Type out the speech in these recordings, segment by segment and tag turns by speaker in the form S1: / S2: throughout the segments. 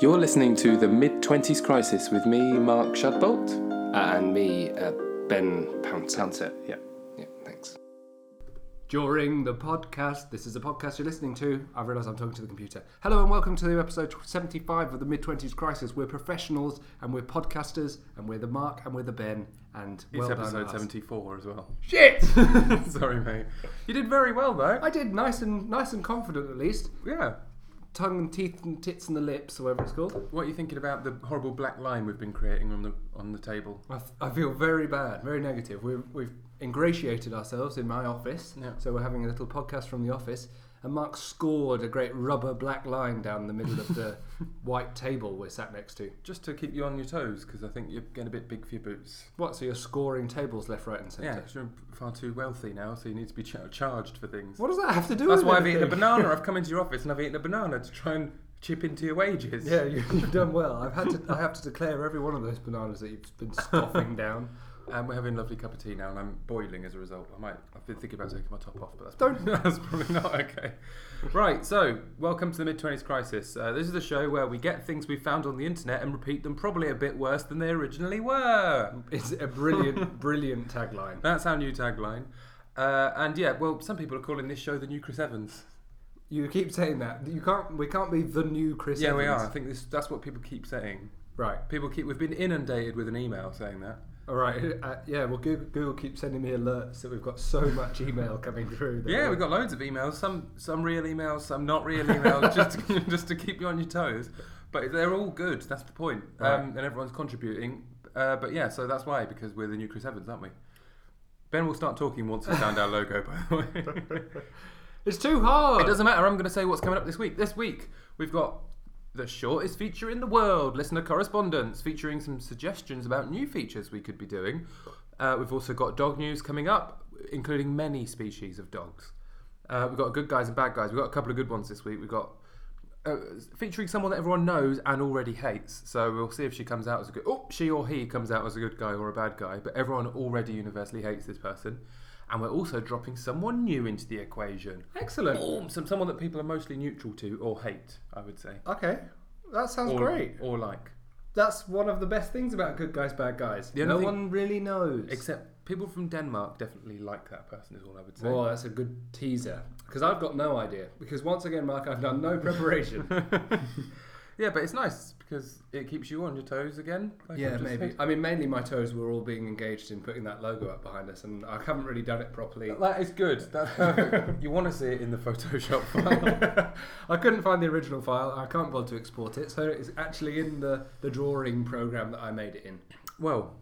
S1: You're listening to the Mid 20s Crisis with me, Mark Shadbolt.
S2: and me, uh, Ben Pouncer.
S1: Answer, yeah.
S2: Yeah, thanks. During the podcast, this is the podcast you're listening to. I've realised I'm talking to the computer. Hello and welcome to episode 75 of the Mid 20s Crisis. We're professionals and we're podcasters and we're the Mark and we're the Ben. And
S1: it's
S2: well done
S1: episode
S2: us.
S1: 74 as well.
S2: Shit!
S1: Sorry, mate. You did very well, though.
S2: I did nice and nice and confident at least.
S1: yeah.
S2: Tongue and teeth and tits and the lips, or whatever it's called.
S1: What are you thinking about the horrible black line we've been creating on the on the table?
S2: I, f- I feel very bad, very negative. We've, we've ingratiated ourselves in my office,
S1: Yeah.
S2: so we're having a little podcast from the office. And Mark scored a great rubber black line down the middle of the white table we're sat next to.
S1: Just to keep you on your toes, because I think you're getting a bit big for your boots.
S2: What? So you're scoring tables left, right, and
S1: Yeah,
S2: centre.
S1: 'cause you're far too wealthy now, so you need to be char- charged for things.
S2: What does that have to do?
S1: That's
S2: with
S1: why I've eaten a
S2: anything?
S1: banana. I've come into your office and I've eaten a banana to try and chip into your wages.
S2: Yeah, you, you've done well. I've had to. I have to declare every one of those bananas that you've been scoffing down.
S1: And we're having a lovely cup of tea now, and I'm boiling as a result. I might. I've been thinking about taking my top off, but that's
S2: Don't-
S1: Probably, that's probably not okay. Right. So, welcome to the mid twenties crisis. Uh, this is the show where we get things we found on the internet and repeat them, probably a bit worse than they originally were.
S2: It's a brilliant, brilliant tagline.
S1: That's our new tagline. Uh, and yeah, well, some people are calling this show the new Chris Evans.
S2: You keep saying that. You can't. We can't be the new Chris.
S1: yeah, we
S2: Evans.
S1: are. I think this. That's what people keep saying.
S2: Right.
S1: People keep. We've been inundated with an email saying that.
S2: All right. Uh, yeah. Well, Google, Google keeps sending me alerts that we've got so much email coming through. that-
S1: Yeah, we've got loads of emails. Some some real emails, some not real emails, just to, just to keep you on your toes. But they're all good. That's the point.
S2: Right.
S1: Um, and everyone's contributing. Uh, but yeah, so that's why because we're the new Chris Evans, aren't we? Ben will start talking once we found our logo. By the way,
S2: It's too hard.
S1: it doesn't matter. I'm going to say what's coming up this week. This week we've got the shortest feature in the world, listener correspondence, featuring some suggestions about new features we could be doing. Uh, we've also got dog news coming up, including many species of dogs. Uh, we've got good guys and bad guys. We've got a couple of good ones this week. We've got uh, featuring someone that everyone knows and already hates. So we'll see if she comes out as a good. Oh, she or he comes out as a good guy or a bad guy. But everyone already universally hates this person. And we're also dropping someone new into the equation.
S2: Excellent.
S1: Boom, some someone that people are mostly neutral to or hate, I would say.
S2: Okay. That sounds
S1: or,
S2: great.
S1: Or like.
S2: That's one of the best things about good guys, bad guys.
S1: The
S2: no
S1: only thing-
S2: one really knows.
S1: Except people from Denmark definitely like that person, is all I would say.
S2: Oh, that's a good teaser. Because I've got no idea. Because once again, Mark, I've done no preparation.
S1: yeah, but it's nice because it keeps you on your toes again. like I've
S2: yeah,
S1: just
S2: maybe.
S1: said.
S2: I mean, mainly my toes were all being engaged in putting that logo up behind us, and I haven't really done it properly.
S1: That is good. That's perfect. you want to see it in the Photoshop file.
S2: I couldn't find the original file. I can't bother to export it, so it's actually in the, the drawing program that I made it in.
S1: well,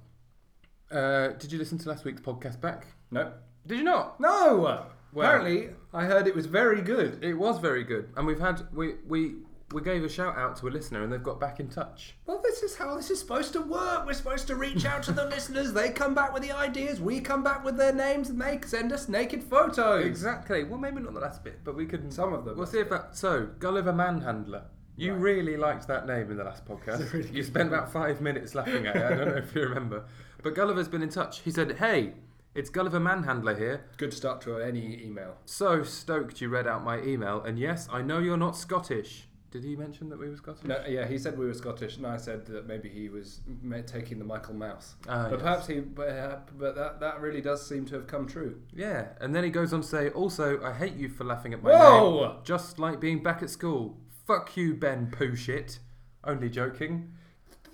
S1: uh, did you listen to last week's podcast back?
S2: No,
S1: Did you not?
S2: no. Apparently, I heard it was very good.
S1: It was very good, and we've had we we we gave a shout out to a listener, and they've got back in touch.
S2: Well, this is how this is supposed to work. We're supposed to reach out to the listeners. They come back with the ideas. We come back with their names, and they send us naked photos.
S1: Exactly. Well, maybe not the last bit, but we can.
S2: Some of them.
S1: We'll see if that. So, Gulliver Manhandler. You
S2: Right.
S1: really liked that name in the last podcast.
S2: really
S1: you spent about five minutes laughing at it. I don't know if you remember. But Gulliver's been in touch. He said, Hey, it's Gulliver Manhandler here.
S2: Good start to any email.
S1: So stoked you read out my email. And yes, I know you're not Scottish. Did he mention that we were Scottish?
S2: No, yeah, he said we were Scottish, and I said that maybe he was ma- taking the Michael Mouse.
S1: Ah,
S2: but
S1: yes.
S2: perhaps he, but, uh, but that that really does seem to have come true.
S1: Yeah. And then he goes on to say, Also, I hate you for laughing at my name.
S2: Whoa!
S1: Just like being back at school. Fuck you, Ben Pooh shit. Only joking.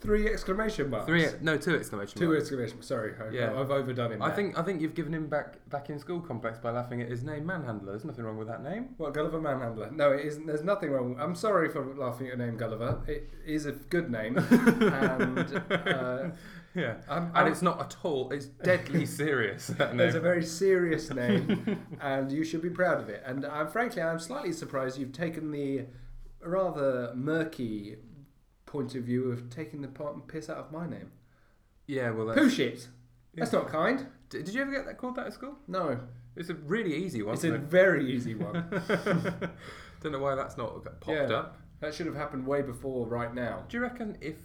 S2: Three exclamation marks.
S1: Three, no, two exclamation
S2: Two
S1: marks.
S2: exclamation. Sorry, I,
S1: Yeah.
S2: I've overdone him.
S1: I
S2: there.
S1: think I think you've given him back back in school complex by laughing at his name, Manhandler. There's nothing wrong with that name.
S2: What Gulliver Manhandler? No, it isn't. There's nothing wrong. I'm sorry for laughing at your name, Gulliver. It is a good name, and uh,
S1: Yeah,
S2: I'm,
S1: and
S2: I'm-
S1: it's not at all. It's deadly serious. That
S2: It's Um, a
S1: name.
S2: very serious name, and you should be proud of it. And i frankly, I'm slightly surprised you've taken the rather murky point of view of taking the part and piss out of my name.
S1: Yeah, well, that's,
S2: Poo shit. That's not kind.
S1: D- did you ever get that called that at school?
S2: No,
S1: It's a really easy one.
S2: it's a very easy one.
S1: Don't know why that's not got popped
S2: Yeah.
S1: up.
S2: That should have happened way before right now.
S1: Do you reckon if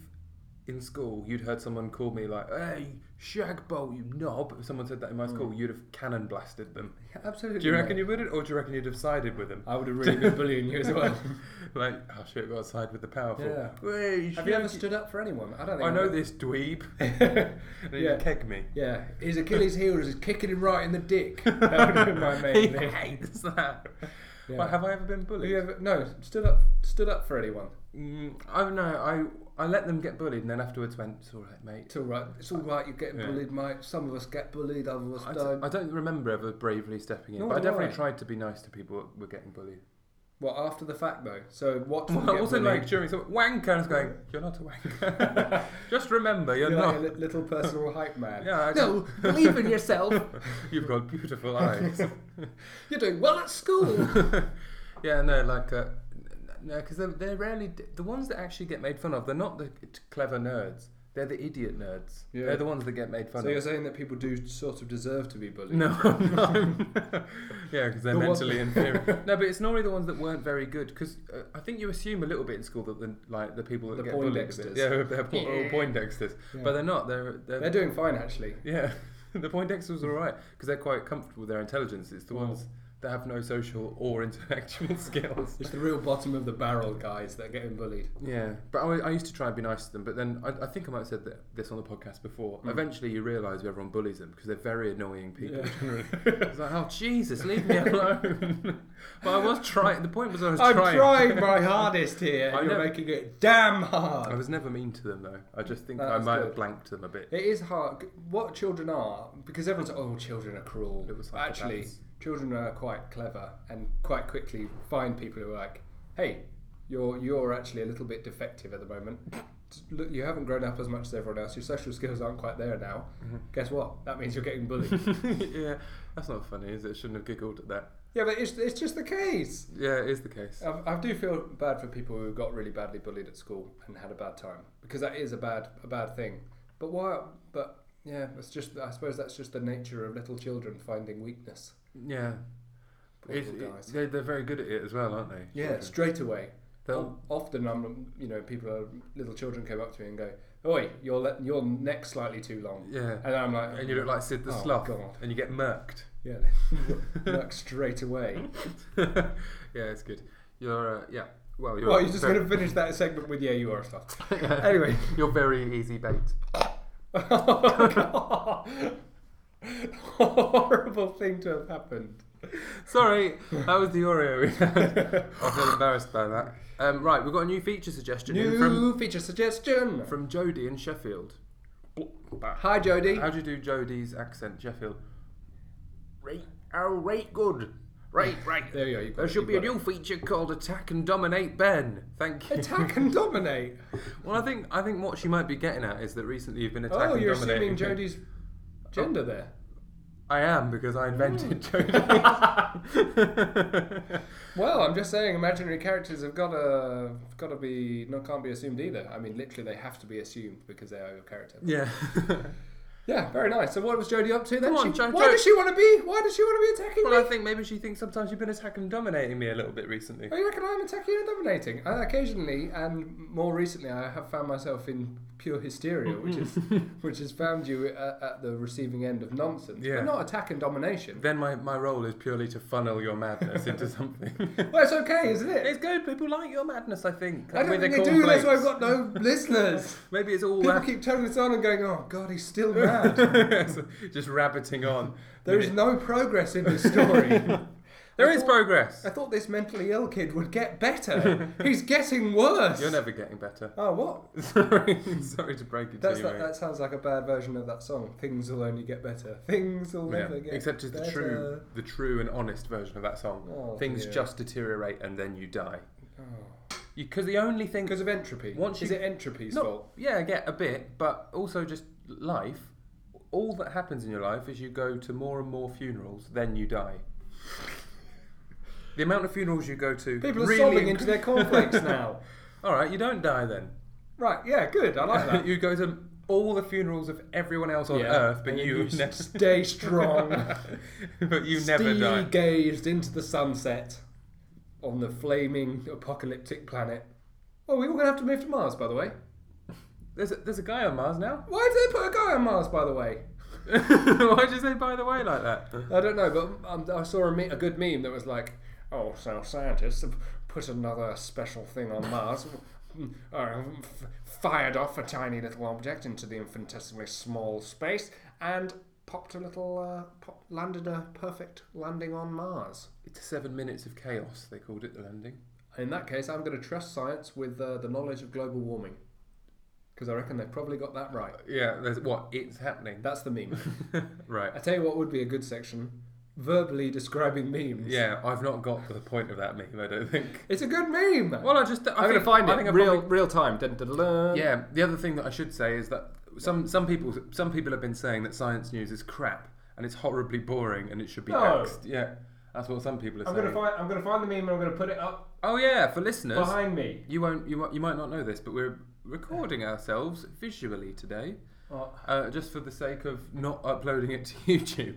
S1: in school, you'd heard someone call me like, "Hey, shagbowl, you knob." If someone said that in
S2: Hmm.
S1: my school, you'd have cannon blasted them.
S2: Absolutely.
S1: Do you reckon
S2: not.
S1: you would, or do you reckon you'd have sided with them?
S2: I would have really been bullying you as well.
S1: like, oh shit, got to side with the powerful.
S2: Yeah.
S1: Hey,
S2: Have you ever
S1: shag-
S2: stood up for anyone? I don't think
S1: I
S2: I've
S1: know
S2: ever-
S1: this dweeb. and he'd
S2: Yeah.
S1: keg me.
S2: Yeah, his Achilles heel is kicking him right in the dick. That would be my
S1: he
S2: main thing.
S1: hates that.
S2: Yeah.
S1: Well, have I ever been bullied?
S2: Have you ever no stood up stood up for anyone?
S1: Mm, I don't know. I I let them get bullied, and then afterwards went, "It's all right, mate."
S2: It's all right. It's all right. You're getting
S1: Yeah.
S2: bullied, mate. Some of us get bullied, other of us
S1: I d-
S2: don't.
S1: I don't remember ever bravely stepping in,
S2: Nor
S1: but I
S2: do
S1: definitely
S2: I.
S1: tried to be nice to people that were getting bullied.
S2: What after the fact though? So what?
S1: Well, also, like during some wanker, I was going, "You're not a wanker. Just remember, you're,
S2: you're
S1: not."
S2: like a li- little personal hype man.
S1: yeah, I don't-
S2: No, believe in yourself.
S1: you've got beautiful eyes.
S2: You're doing well at school.
S1: yeah, no, like, uh, n- no, because they're, they're rarely d- the ones that actually get made fun of. They're not the c- clever nerds. They're the idiot nerds.
S2: Yeah.
S1: They're the ones that get made fun
S2: so
S1: of.
S2: you're saying that people do sort of deserve to be bullied?
S1: No, I'm not. yeah, because they're
S2: The one-
S1: mentally inferior. No, but it's normally the ones that weren't very good. Because uh, I think you assume a little bit in school that the like the people that
S2: The
S1: get bullied, a bit-
S2: Poindexters.
S1: yeah, they're po- all Poindexters,
S2: Yeah.
S1: but they're not. They're they're,
S2: They're doing fine actually.
S1: yeah. the Poindexters are alright because they're quite comfortable with their intelligence. It's the
S2: Mm.
S1: ones that have no social or intellectual skills.
S2: It's the real bottom of the barrel guys that are getting bullied.
S1: Yeah, but I, I used to try and be nice to them, but then I, I think I might have said that, this on the podcast before.
S2: Mm.
S1: Eventually, you realise everyone bullies them because they're very annoying people.
S2: Yeah.
S1: Generally, it's like, oh Jesus, leave me alone. but I was trying. The point was, I was
S2: I'm
S1: trying.
S2: trying. my hardest here,
S1: I
S2: and you're
S1: know.
S2: making it damn
S1: I
S2: hard.
S1: was never mean to them though. I just think I
S2: That's
S1: might
S2: good.
S1: have blanked them a bit.
S2: It is hard. What children are, because everyone's like, oh, children are cruel.
S1: It was like
S2: Actually,
S1: that.
S2: children are quite clever and quite quickly find people who are like, hey, you're you're actually a little bit defective at the moment. Look, you haven't grown up as much as everyone else. Your social skills aren't quite there now.
S1: Mm-hmm.
S2: Guess what? That means you're getting bullied.
S1: yeah, that's not funny, is it? Shouldn't have giggled at that.
S2: yeah, but it's, it's just the case.
S1: Yeah, it is the case.
S2: I, I do feel bad for people who got really badly bullied at school and had a bad time because that is a bad a bad thing. But why? But yeah, it's just I suppose that's just the nature of little children finding weakness.
S1: Yeah,
S2: Poor
S1: It's-
S2: little
S1: it-
S2: guys.
S1: they're, they're very good at it as well, aren't they?
S2: yeah,
S1: Children.
S2: straight away.
S1: They'll-
S2: O- Often I'm you know people are, little children come up to me and go, "Oi, your le- your neck's slightly too long,"
S1: yeah,
S2: and I'm like,
S1: and you look like Sid the
S2: Oh,
S1: Sloth,
S2: God.
S1: and you get murked.
S2: yeah, like straight away.
S1: yeah, it's good. You're uh, yeah. Well, you're.
S2: Well, Oh, you're just
S1: very,
S2: going to finish that segment with yeah, you are a sloth. anyway.
S1: You're very easy bait.
S2: Horrible thing to have happened.
S1: Sorry, that was the Oreo. I feel embarrassed by that. Um, right, we've got a new feature suggestion in
S2: New
S1: from
S2: feature suggestion.
S1: from Jodie in Sheffield.
S2: Hi, Jody.
S1: How do you do Jodie's accent, Sheffield? Right, oh, right, good. Right, right.
S2: There you go. You've got
S1: There
S2: it,
S1: should
S2: you've
S1: be a
S2: got
S1: new feature called Attack and Dominate Ben. Thank you.
S2: it. attack and dominate.
S1: Well, I think I think what she might be getting at is that recently you've been attacking.
S2: oh, you're
S1: dominating people.
S2: assuming Jody's gender there.
S1: I am because I invented Jodie.
S2: Well, I'm just saying, imaginary characters have got to got to be not can't be assumed either. I mean, literally, they have to be assumed because they are your character.
S1: yeah.
S2: Yeah, very nice. So, what was Jody up to then?
S1: Come on,
S2: She-
S1: Jo-
S2: why
S1: Jo-
S2: does she want to be? Why does she want to be attacking me?
S1: well, I think maybe she thinks sometimes you've been attacking and dominating me a little bit recently.
S2: Oh, you reckon I'm attacking and dominating? And occasionally, and more recently, I have found myself in pure hysteria, which is which has found you at, at the receiving end of nonsense.
S1: Yeah.
S2: But not attack and domination.
S1: Then my, my role is purely to funnel your madness into something.
S2: well, it's okay, isn't it?
S1: it's good. People like your madness, I think.
S2: I don't
S1: With
S2: think
S1: their
S2: they do. That's why I've
S1: cornflakes.
S2: got no listeners.
S1: Maybe it's all
S2: People
S1: rab-
S2: keep turning this on and going, "Oh God, he's still mad."
S1: just rabbiting on.
S2: There is no progress in this story.
S1: There is progress.
S2: I thought this mentally ill kid would get better. he's getting worse.
S1: You're never getting better.
S2: Oh, what?
S1: sorry, sorry to break it
S2: That's
S1: to you.
S2: that,
S1: mate.
S2: that sounds like a bad version of that song. Things will only get better. Things will
S1: Yeah,
S2: never get
S1: Except it's the
S2: better.
S1: true, the true and honest version of that song.
S2: Oh,
S1: Things
S2: dear.
S1: just deteriorate and then you die.
S2: Oh.
S1: Because the only thing,
S2: Because of entropy.
S1: Once
S2: Is
S1: you-
S2: it entropy's
S1: not-
S2: fault?
S1: yeah, I get a bit, but also just life. All that happens in your life is you go to more and more funerals, then you die. the amount of funerals you go to,
S2: People are
S1: really
S2: sobbing
S1: inc-
S2: into their cornflakes now.
S1: All right, you don't die then.
S2: Right, yeah, good. I like that.
S1: you go to all the funerals of everyone else on
S2: Yeah.
S1: earth, but
S2: And then
S1: you, ne-
S2: stay strong.
S1: but you never
S2: Steve
S1: die.
S2: gazed into the sunset on the flaming apocalyptic planet. Oh, we're all going to have to move to Mars, by the way.
S1: There's a, there's a guy on Mars now.
S2: Why did they put a guy on Mars, by the way?
S1: Why'd you say by the way like that?
S2: I don't know, but um, I saw a, me- a good meme that was like, oh, so scientists have put another special thing on Mars, uh, f- fired off a tiny little object into the infinitesimally small space, and popped a little, uh, pop- landed a perfect landing on Mars.
S1: It's seven minutes of chaos. They called it the landing.
S2: In that case, I'm going to trust science with uh, the knowledge of global warming. Because I reckon they've probably got that right.
S1: Yeah, there's what it's happening.
S2: That's the meme.
S1: right.
S2: I tell you what would be a good section verbally describing memes.
S1: Yeah, I've not got to the point of that meme. I don't think.
S2: It's a good meme.
S1: Well, I just I
S2: I'm going to
S1: think-
S2: find
S1: I
S2: it
S1: think I
S2: real
S1: probably-
S2: real time. Dun, dun, dun, dun.
S1: yeah. The other thing that I should say is that some some people some people have been saying that science news is crap and it's horribly boring and it should be
S2: No.
S1: axed. Yeah, that's what some people are
S2: I'm
S1: saying.
S2: going to find I'm going to find the meme and I'm going to put it up
S1: oh yeah, for listeners,
S2: behind me.
S1: you won't you won't, you might not know this, but we're recording ourselves visually today,
S2: Oh,
S1: uh, just for the sake of not uploading it to YouTube,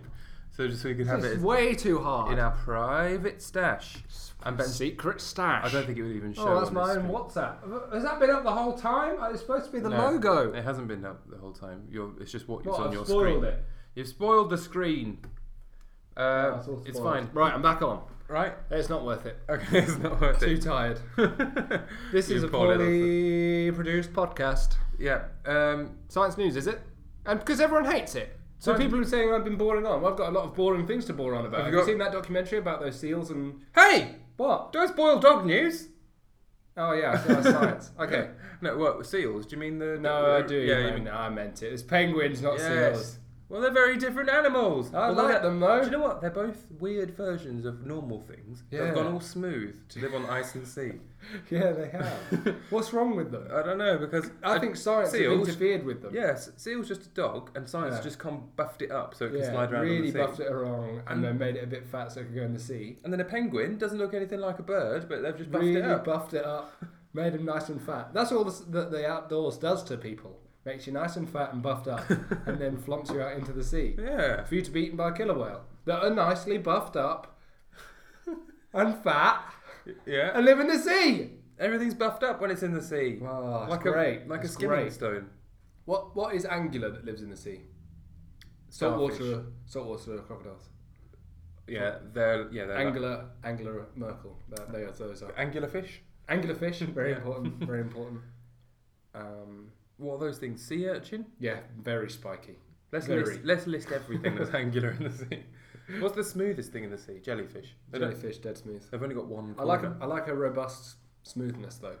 S1: so just so we can have
S2: this
S1: it
S2: is way too hard.
S1: in our private stash. I'm betting
S2: secret stash.
S1: I don't think it would even show.
S2: Oh, that's
S1: on the
S2: my own
S1: screen.
S2: WhatsApp. Has that been up the whole time? It's supposed to be the
S1: No,
S2: logo.
S1: It hasn't been up the whole time. You're, it's just what,
S2: What,
S1: on
S2: I've
S1: your
S2: spoiled
S1: screen.
S2: it.
S1: You've spoiled the screen. Uh,
S2: Oh, all
S1: it's
S2: spoiled.
S1: fine,
S2: Right, I'm back on.
S1: right?
S2: It's not worth it.
S1: Okay, it's not worth
S2: Too
S1: it.
S2: tired. This
S1: You
S2: is a
S1: poor little
S2: poorly produced podcast.
S1: Yeah. Um,
S2: Science news, is it? And because everyone hates it. So
S1: Science-
S2: people are saying I've been boring on. Well, I've got a lot of boring things to bore on about. Have
S1: Have
S2: you,
S1: you got-
S2: seen that documentary about those seals and
S1: hey,
S2: what?
S1: don't spoil dog news.
S2: Oh yeah, so that's science. Okay.
S1: No, what seals? Do you mean the?
S2: No, I do.
S1: Yeah, you
S2: mean,
S1: mean
S2: I meant it. It's penguins, not
S1: yes.
S2: seals.
S1: Well, they're very different animals.
S2: I
S1: Although
S2: like
S1: they're-
S2: them, though.
S1: Do you know what? They're both weird versions of normal things.
S2: Yeah.
S1: They've gone all smooth to live on ice and sea.
S2: Yeah, they have. What's wrong with them?
S1: I don't know because
S2: I think science has
S1: seals-
S2: interfered with them.
S1: Yes, Seal's just a dog, and science
S2: Yeah.
S1: has just come buffed it up so it can
S2: Yeah,
S1: slide around on
S2: really
S1: the sea.
S2: buffed it wrong and then made it a bit fat so it could go in the sea.
S1: And then a penguin doesn't look anything like a bird, but they've just buffed
S2: really
S1: it up.
S2: buffed it up, made him nice and fat. That's all this, that the outdoors does to people. Makes you nice and fat and buffed up, and then flumps you out into the sea
S1: yeah.
S2: for you to be eaten by a killer whale that are nicely buffed up and fat
S1: Yeah.
S2: and live in the sea.
S1: Everything's buffed up when it's in the sea.
S2: Wow, that's
S1: like
S2: Ah, great.
S1: a like a
S2: that's
S1: skimming
S2: great.
S1: stone.
S2: What what is angular that lives in the sea?
S1: Starfish.
S2: Saltwater, saltwater crocodiles.
S1: Yeah, they're yeah they're like-
S2: Angular, angular Merkel. That- They are those are
S1: angular fish.
S2: angular fish. Very
S1: Yeah.
S2: important. Very important. Um,
S1: What are those things? Sea urchin.
S2: yeah, very spiky.
S1: Let's
S2: Very.
S1: list, let's list everything that's angular in the sea. What's the smoothest thing in the sea? Jellyfish. They don't-
S2: Jellyfish, dead smooth.
S1: They've only got one.
S2: I like
S1: corner.
S2: a, I like a robust smoothness though.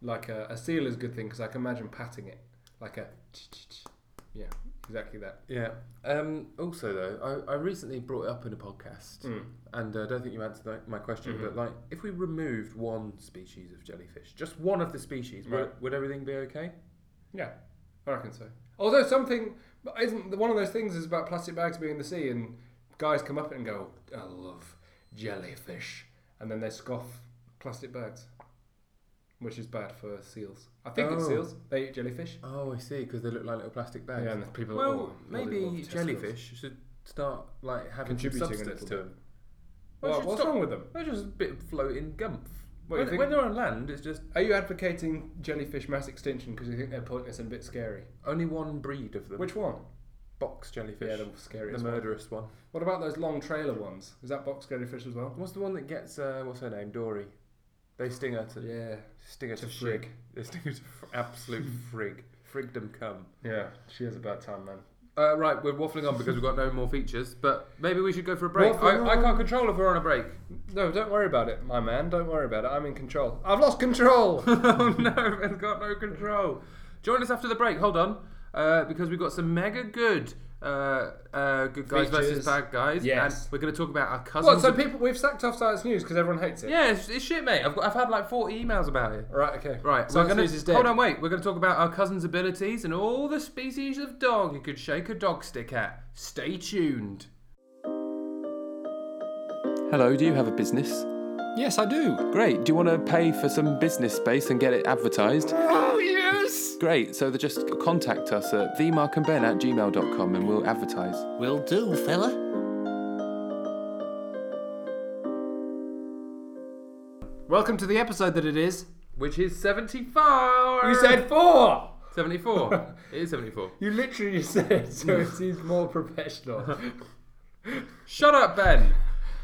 S2: Like a, a seal is a good thing because I can imagine patting it. Like a yeah, exactly that.
S1: Yeah. Um, also, though, I, I recently brought it up in a podcast,
S2: Hmm.
S1: and uh, I don't think you answered that, my question.
S2: Mm-hmm.
S1: But like, if we removed one species of jellyfish, just one of the species, would,
S2: Right.
S1: would everything be okay?
S2: Yeah, I reckon so. Although something isn't one of those things is about plastic bags being in the sea and guys come up and go, I love jellyfish, and then they scoff plastic bags, which is bad for seals. I think it's
S1: Oh.
S2: seals. They eat jellyfish.
S1: Oh, I see, because they look like little plastic bags.
S2: Yeah, and the people.
S1: well,
S2: oh, bloody love
S1: maybe
S2: testicles.
S1: jellyfish should start like having some
S2: contributing a
S1: substance
S2: little
S1: to
S2: bit.
S1: them.
S2: Well,
S1: Well, should
S2: what's
S1: stop-
S2: wrong with them?
S1: They're just a bit of floating gumph.
S2: What, you
S1: when,
S2: think-
S1: when they're on land, it's just
S2: Are you advocating jellyfish mass extinction because you think they're pointless and a bit scary?
S1: only one breed of them.
S2: Which one?
S1: box jellyfish?
S2: Yeah, the
S1: the
S2: scariest one.
S1: murderous one.
S2: What about those long trailer ones? Is that box jellyfish as well?
S1: What's the one that gets? Uh, what's her name? Dory. They sting her to
S2: Yeah.
S1: Sting her
S2: To
S1: to,
S2: frig.
S1: frig. They sting her to fr- absolute frig. Frigdom come.
S2: Yeah, she has a bad time, man.
S1: Uh, right, we're waffling on because we've got no more features, but maybe we should go for a break.
S2: Waffling
S1: I, I
S2: on.
S1: can't control if we're on a break.
S2: No, don't worry about it, my man. Don't worry about it. I'm in control. I've lost control.
S1: oh no, I've got no control. Join us after the break. Hold on, uh, because we've got some mega good. Uh, uh, good guys
S2: Features.
S1: versus bad guys.
S2: Yes.
S1: And we're going to talk about our
S2: what?
S1: cousins.
S2: So people, we've sacked off science news because everyone hates it.
S1: yeah, it's, it's shit, mate. I've, got, I've had like 40 emails about it.
S2: Right. Okay.
S1: Right,
S2: Science
S1: we're gonna,
S2: news is dead.
S1: Hold on, wait. We're going to talk about our cousin's abilities and all the species of dog you could shake a dog stick at. Stay tuned. Hello, do you have a business?
S2: Yes, I do.
S1: Great. Do you want to pay for some business space and get it advertised?
S2: Oh yes.
S1: Great. So just contact us at themarkandben at gmail.com and we'll advertise.
S3: Will do, fella.
S2: Welcome to the episode that it is.
S1: Which is 75.
S2: You said four.
S1: 74. it is 74.
S2: You literally just said it, so it seems more professional.
S1: Shut up, Ben.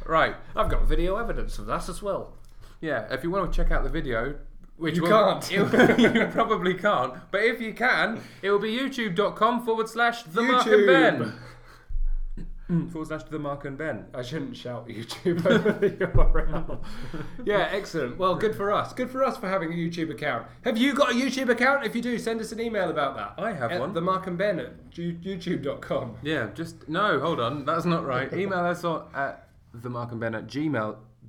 S1: Right.
S2: I've got video evidence of that as well.
S1: Yeah, if you want to check out the video, which
S2: You
S1: will-
S2: can't.
S1: it- you probably can't. But if you can, it will be youtube.com forward slash the Mark and
S2: YouTube.
S1: Ben. Mm, forward slash the Mark and Ben.
S2: I shouldn't shout YouTube over the URL. yeah, excellent. Well, good for us. Good for us for having a YouTube account. Have you got a YouTube account? If you do, send us an email about that.
S1: I have
S2: At
S1: one.
S2: The Mark and Ben at ju- youtube.com.
S1: Yeah, just no, hold on, that's not right. Email us on at the Mark and Ben at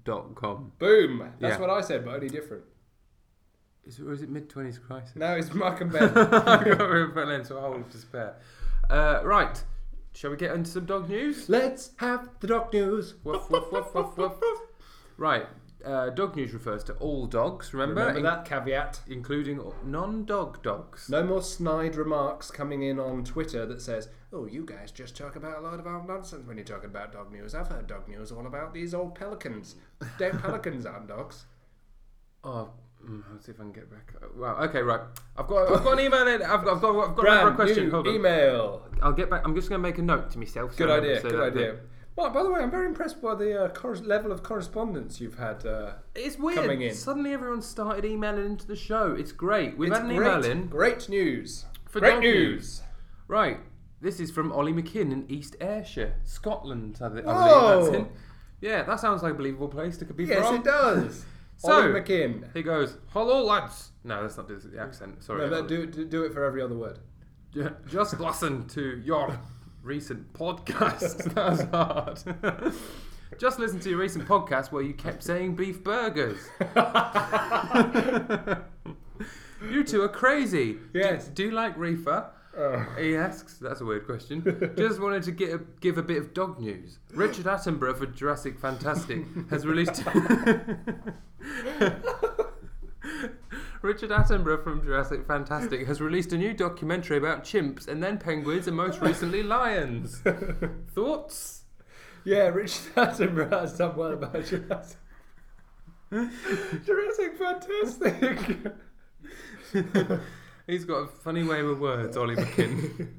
S1: gmail.com.
S2: Boom. That's
S1: Yeah.
S2: what I said, but only different.
S1: Is it, or is it mid 20s crisis?
S2: Now it's Mark and Ben.
S1: I fell into a hole of despair. Uh, right, shall we get into some dog news?
S2: Let's have the dog news.
S1: Woof, woof, woof, woof, woof. Right, uh, dog news refers to all dogs, remember?
S2: Remember
S1: In-
S2: that caveat?
S1: Including non dog dogs.
S2: No more snide remarks coming in on Twitter that says, "Oh, you guys just talk about a lot of old nonsense when you're talking about dog news." I've heard dog news all about these old pelicans. They're pelicans aren't dogs.
S1: Oh, mm, let's see if I can get back. Wow, okay, right. I've got, I've got an email in. I've got, I've got, I've got another
S2: Brand
S1: question.
S2: new
S1: Hold on.
S2: email.
S1: I'll get back. I'm just going to make a note to myself. so
S2: Good
S1: I remember
S2: idea.
S1: to say
S2: Good
S1: that bit.
S2: idea. Well, by the way, I'm very impressed by the uh, corres- level of correspondence you've had. Uh,
S1: It's weird.
S2: coming in.
S1: Suddenly, everyone started emailing into the show. It's great. We've
S2: it's
S1: had an
S2: great,
S1: email in.
S2: Great news.
S1: For
S2: great
S1: dog
S2: news.
S1: Right. This is from Ollie McKinn in East Airshire, Scotland. I, th- I
S2: Whoa.
S1: believe that's in. Yeah, that sounds like a believable place to be
S2: Yes,
S1: from.
S2: it does.
S1: So-
S2: Ollie McKinn.
S1: He goes, "Hello, lads." No, that's not the the accent. Sorry.
S2: No, no,
S1: Ollie.
S2: do, do do it for every other word.
S1: Ju- Just listen to your recent podcast. That was hard. Just listen to your recent podcast where you kept saying beef burgers. you two are crazy. Do-
S2: Yes.
S1: Do, you like reefer?
S2: Oh.
S1: He asks. That's a weird question. Just wanted to get a, give a bit of dog news. Richard Attenborough for Jurassic Fantastic has released. Richard Attenborough from Jurassic Fantastic has released a new documentary about chimps and then penguins and most recently lions. Thoughts?
S2: Yeah, Richard Attenborough has done well about Jurassic. Jurassic Fantastic.
S1: He's got a funny way with words, Ollie McKinn.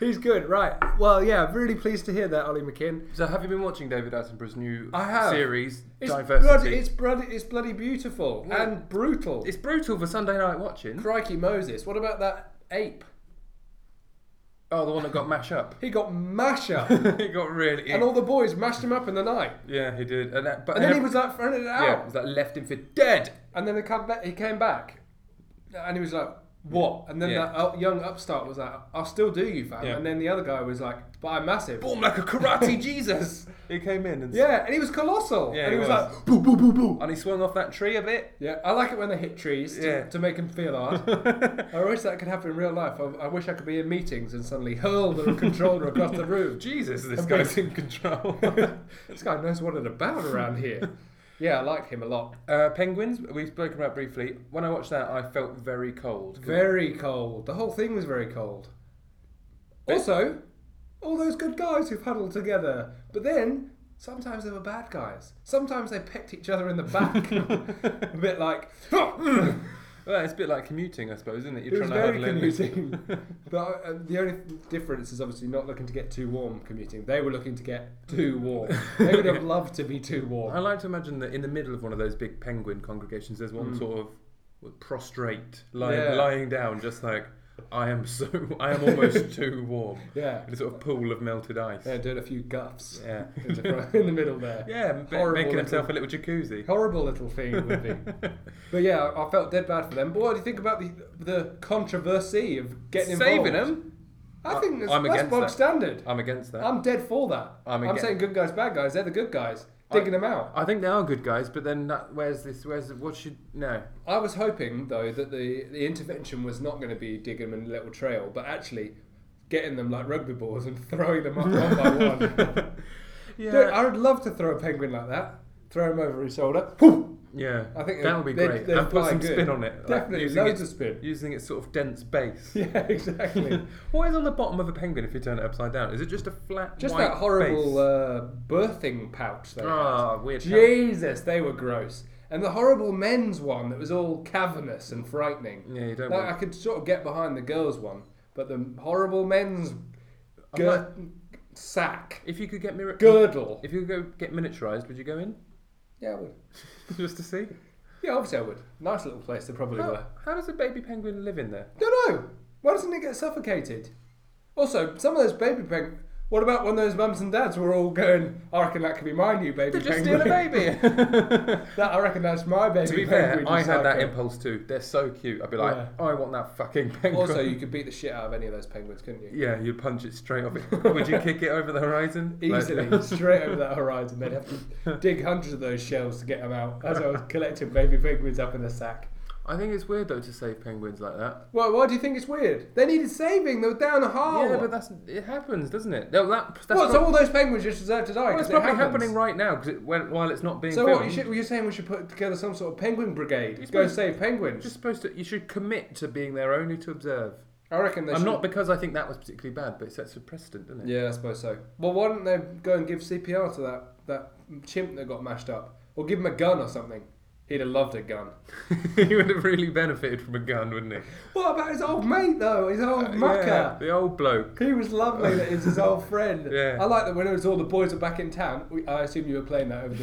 S2: He's good, right? Well, yeah, I'm really pleased to hear that, Ollie McKinn.
S1: so, have you been watching David Attenborough's new
S2: I have.
S1: series,
S2: It's
S1: Diversity?
S2: bloody, it's bloody, it's bloody beautiful
S1: Yeah.
S2: and brutal.
S1: It's brutal for Sunday night watching.
S2: Crikey Moses! What about that ape?
S1: Oh, the one that got mash up.
S2: He got mash up,
S1: he got really.
S2: and all the boys mashed him up in the night.
S1: yeah, he did. And, that, but
S2: And then he was like throwing it out,
S1: yeah, it was like left him for dead.
S2: and then they come back, he came back, and he was like, "What?" And then
S1: Yeah.
S2: that up, young upstart was like, "I'll still do you, fam."
S1: Yeah.
S2: And then the other guy was like, "But I'm massive."
S1: Boom like a karate Jesus. He came in and
S2: Yeah, and he was colossal.
S1: Yeah,
S2: and
S1: he
S2: he was,
S1: was.
S2: like, boo, boo, boo, boo.
S1: and he swung off that tree a bit.
S2: Yeah, I like it when they hit trees to,
S1: Yeah.
S2: to make them feel hard. I wish that could happen in real life. I, I wish I could be in meetings and suddenly hurl the controller across the room.
S1: Jesus, this
S2: And
S1: guy's in control.
S2: This guy knows what it's about around here. Yeah, I like him a lot.
S1: uh, penguins, we've spoken about briefly. When I watched that, I felt very cold.
S2: Very cold. The whole thing was very cold. Also, all those good guys who huddled together. But then, sometimes they were bad guys. Sometimes they pecked each other in the back. a bit like, hmm."
S1: Well, it's a bit like commuting, I suppose, isn't it? You're
S2: it was
S1: trying
S2: very
S1: to huddle in.
S2: commuting. but uh, the only difference is obviously not looking to get too warm commuting. They were looking to get too warm. They would have loved to be too
S1: I
S2: warm.
S1: like to imagine that in the middle of one of those big penguin congregations, there's one sort of well, prostrate, lying,
S2: Hmm. Yeah.
S1: lying down, just like I am so, I am almost too warm.
S2: Yeah.
S1: In a sort of pool of melted ice.
S2: Yeah, doing a few guffs
S1: Yeah,
S2: in the front- in the middle there.
S1: yeah, ma-
S2: Horrible
S1: making
S2: little-
S1: himself a little jacuzzi.
S2: Horrible little thing it would be. but yeah, I I felt dead bad for them. But what do you think about the the controversy of getting
S1: Saving
S2: involved?
S1: them,
S2: I
S1: I-
S2: think that's,
S1: I'm
S2: that's
S1: against
S2: bog
S1: that.
S2: standard.
S1: I'm against that.
S2: I'm dead for that.
S1: I'm against-
S2: saying good guys, bad guys. They're the good guys. Digging them out.
S1: I think they are good guys, but then that, where's this? Where's what should no?
S2: I was hoping though that the, the intervention was not going to be digging them in a little trail, but actually getting them like rugby balls and throwing them up one by one.
S1: Yeah,
S2: Dude, I would love to throw a penguin like that. Throw him over his shoulder. Whew!
S1: yeah.
S2: I think
S1: that would be
S2: they'd-
S1: great.
S2: they'd
S1: and put
S2: fly
S1: some
S2: good.
S1: spin on it. like
S2: Definitely,
S1: using
S2: loads
S1: its-
S2: of spin.
S1: Using its sort of dense base.
S2: Yeah, exactly.
S1: What is on the bottom of a penguin if you turn it upside down? Is it just a flat
S2: Just
S1: white
S2: that horrible
S1: base?
S2: uh, birthing pouch they had.
S1: Ah, weird.
S2: Jesus, they were gross. And the horrible men's one that was all cavernous and frightening.
S1: Yeah, you don't
S2: Like,
S1: want-
S2: I could sort of get behind the girls one, but the horrible men's gir- sack
S1: If you could get mir-
S2: girdle.
S1: if you could go get miniaturized, would you go in
S2: Yeah, I would.
S1: just to see?
S2: Yeah, obviously I would. Nice little place they probably were.
S1: How, how does a baby penguin live in there?
S2: Don't know. Why doesn't it get suffocated? Also, some of those baby penguins. What about when those mums and dads were all going? I reckon that could be my new
S1: They
S2: baby
S1: just
S2: penguin.
S1: steal a baby.
S2: That I reckon that's my baby.
S1: to be fair,
S2: penguin
S1: I had that
S2: recycle.
S1: impulse too. They're so cute. I'd be like,
S2: Yeah.
S1: I want that fucking penguin.
S2: Also, you could beat the shit out of any of those penguins, couldn't you?
S1: yeah, you'd punch it straight off. It. Would you kick it over the horizon? No.
S2: Easily, straight over that horizon. They'd have to dig hundreds of those shells to get them out. As I was collecting baby penguins up in a sack.
S1: I think it's weird though to save penguins like that.
S2: Why? Why do you think it's weird? They needed saving. They were down a hole.
S1: Yeah, but that's it happens, doesn't it? No, that, that's prob-
S2: what? so Oh. all those penguins just deserve to die.
S1: well,
S2: 'cause
S1: it's
S2: it
S1: probably
S2: happens.
S1: happening right now because it, when, while it's not being
S2: So
S1: filmed,
S2: what? You should, you're saying we should put together some sort of penguin brigade?
S1: You're
S2: go
S1: supposed-
S2: save
S1: you're
S2: penguins.
S1: just supposed to. You should commit to being there only to observe.
S2: I reckon they
S1: I'm
S2: should.
S1: not because I think that was particularly bad, but it sets a precedent, doesn't it?
S2: Yeah, I suppose so. Well, why don't they go and give CPR to that that chimp that got mashed up, or give him a gun or something? He'd have loved a gun.
S1: he would have really benefited from a gun, wouldn't he?
S2: What about his old mate though? His old
S1: Uh, Yeah,
S2: Oh, mucker.
S1: the old bloke.
S2: He was lovely. That is his old friend.
S1: Yeah.
S2: I like that when it was all the boys are back in town. We, I assume you were playing that over the